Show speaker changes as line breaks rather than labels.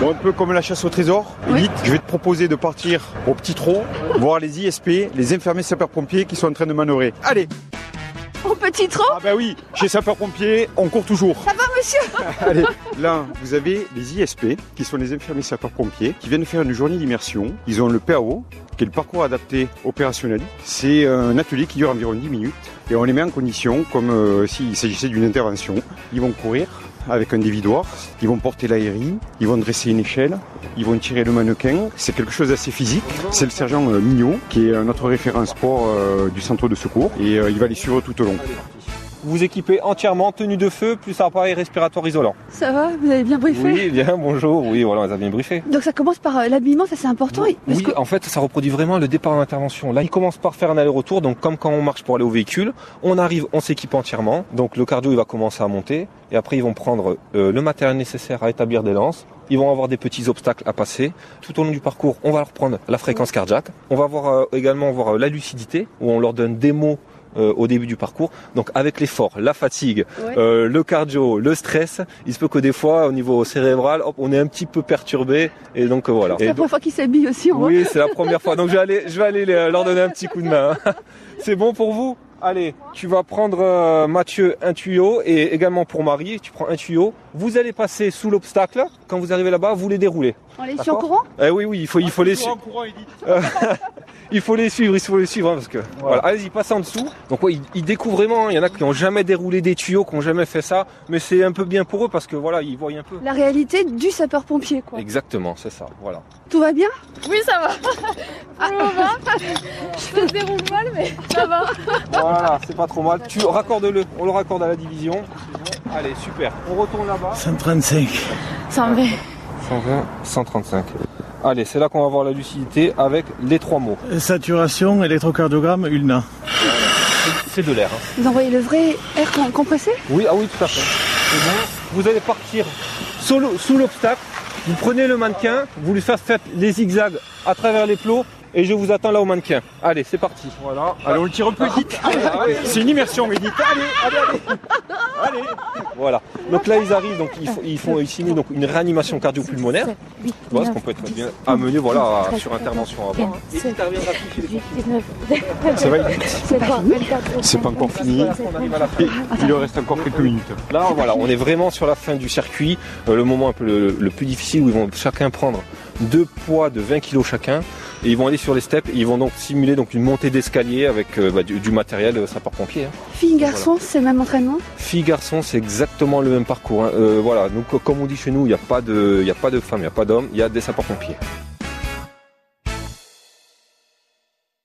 Bon, un peu comme la chasse au trésor,
Oui.
élite, je vais te proposer de partir au petit trot, voir les ISP, les infirmiers sapeurs-pompiers qui sont en train de manœuvrer. Allez
Au petit trot
Ah bah oui, chez sapeurs-pompiers, on court toujours.
Ça va, monsieur
Allez, là, vous avez les ISP, qui sont les infirmiers sapeurs-pompiers, qui viennent faire une journée d'immersion. Ils ont le PAO, qui est le parcours adapté opérationnel. C'est un atelier qui dure environ 10 minutes. Et on les met en condition, comme euh, s'il s'agissait d'une intervention. Ils vont courir avec un dévidoir, ils vont porter l'aérie, ils vont dresser une échelle, ils vont tirer le mannequin. C'est quelque chose d'assez physique. C'est le sergent euh, Mignot, qui est euh, notre référent sport euh, du centre de secours. Et euh, il va les suivre tout au long.
Vous équipez entièrement tenue de feu plus appareil respiratoire isolant.
Ça va, vous avez bien briefé
Oui, bien, bonjour. Oui, voilà, on les a bien briefés.
Donc ça commence par euh, l'habillement, ça c'est important. et- parce
Oui,
que-
en fait, ça reproduit vraiment le départ en intervention. Là, il commence par faire un aller-retour, donc comme quand on marche pour aller au véhicule, on arrive, on s'équipe entièrement, donc le cardio il va commencer à monter, et après ils vont prendre euh, le matériel nécessaire à établir des lances, ils vont avoir des petits obstacles à passer. Tout au long du parcours, on va leur prendre la fréquence cardiaque, on va voir euh, également voir euh, la lucidité, où on leur donne des mots euh, au début du parcours. Donc avec l'effort, la fatigue,
Ouais.
euh, le cardio, le stress, il se peut que des fois au niveau cérébral, hop, on est un petit peu perturbé, et donc euh, voilà.
c'est
Et
la première fois qu'il s'habille aussi, on voit.
oui, c'est la première fois. Donc je vais aller, je vais aller les- leur donner un petit coup de main. hein. C'est bon pour vous Allez, tu vas prendre euh, Mathieu un tuyau et également pour Marie, tu prends un tuyau. Vous allez passer sous l'obstacle. Quand vous arrivez là-bas, vous les déroulez.
On les suit en
D'accord.
courant
Eh oui, oui, il faut, il faut les suivre. Il faut les suivre, il faut les suivre hein, parce que. Voilà, allez-y, passez en dessous. Donc ouais, ils, ils découvrent vraiment. hein. Il y en a qui n'ont jamais déroulé des tuyaux, qui n'ont jamais fait ça, mais c'est un peu bien pour eux parce que voilà, ils voient un peu.
La réalité du sapeur-pompier, quoi.
Exactement, c'est ça. Voilà.
Tout va bien Ah.
Oui, ça va. Pour le moment, ça se déroule mal, mais ça va.
Voilà, c'est pas trop mal. Tu raccordes-le, on le raccorde à la division. Allez, super. On retourne là-bas.
135.
120.
120, 135. Allez, c'est là qu'on va voir la lucidité avec les trois mots.
Saturation, électrocardiogramme, ULNA.
C'est de l'air. hein.
Vous envoyez le vrai air com- compressé
Oui, ah oui, tout à fait. C'est bon. Vous allez partir sous le- sous l'obstacle. Vous prenez le mannequin, vous lui faites, faites les zigzags à travers les plots et je vous attends là au mannequin. Allez, c'est parti. Voilà.
Allez, on le tire un peu vite. C'est une immersion, mais dites allez, allez, allez.
Allez Voilà. Donc là, ils arrivent, donc ils font, ils font ici donc une réanimation cardio-pulmonaire. Voilà, ce qu'on peut être bien amené voilà, à- sur intervention avant. Et ils interviennent rapide chez les
Ça va vite. C'est pas encore fini.
pompiers. On arrive à la fin.
Et il leur reste encore quelques minutes.
Là, voilà, on est vraiment sur la fin du circuit, euh, le moment un peu le, le plus difficile où ils vont chacun prendre deux poids de 20 kg chacun et ils vont aller sur les steps et ils vont donc simuler donc une montée d'escalier avec euh, bah, du, du matériel euh, sapeur-pompier. hein.
Fille, garçon, c'est le même entraînement
Filles, garçons, c'est exactement le même parcours. hein. Euh, voilà, donc euh, comme on dit chez nous, il n'y a pas de, il y a pas de femmes, il n'y a pas d'hommes, il y a des sapeurs-pompiers.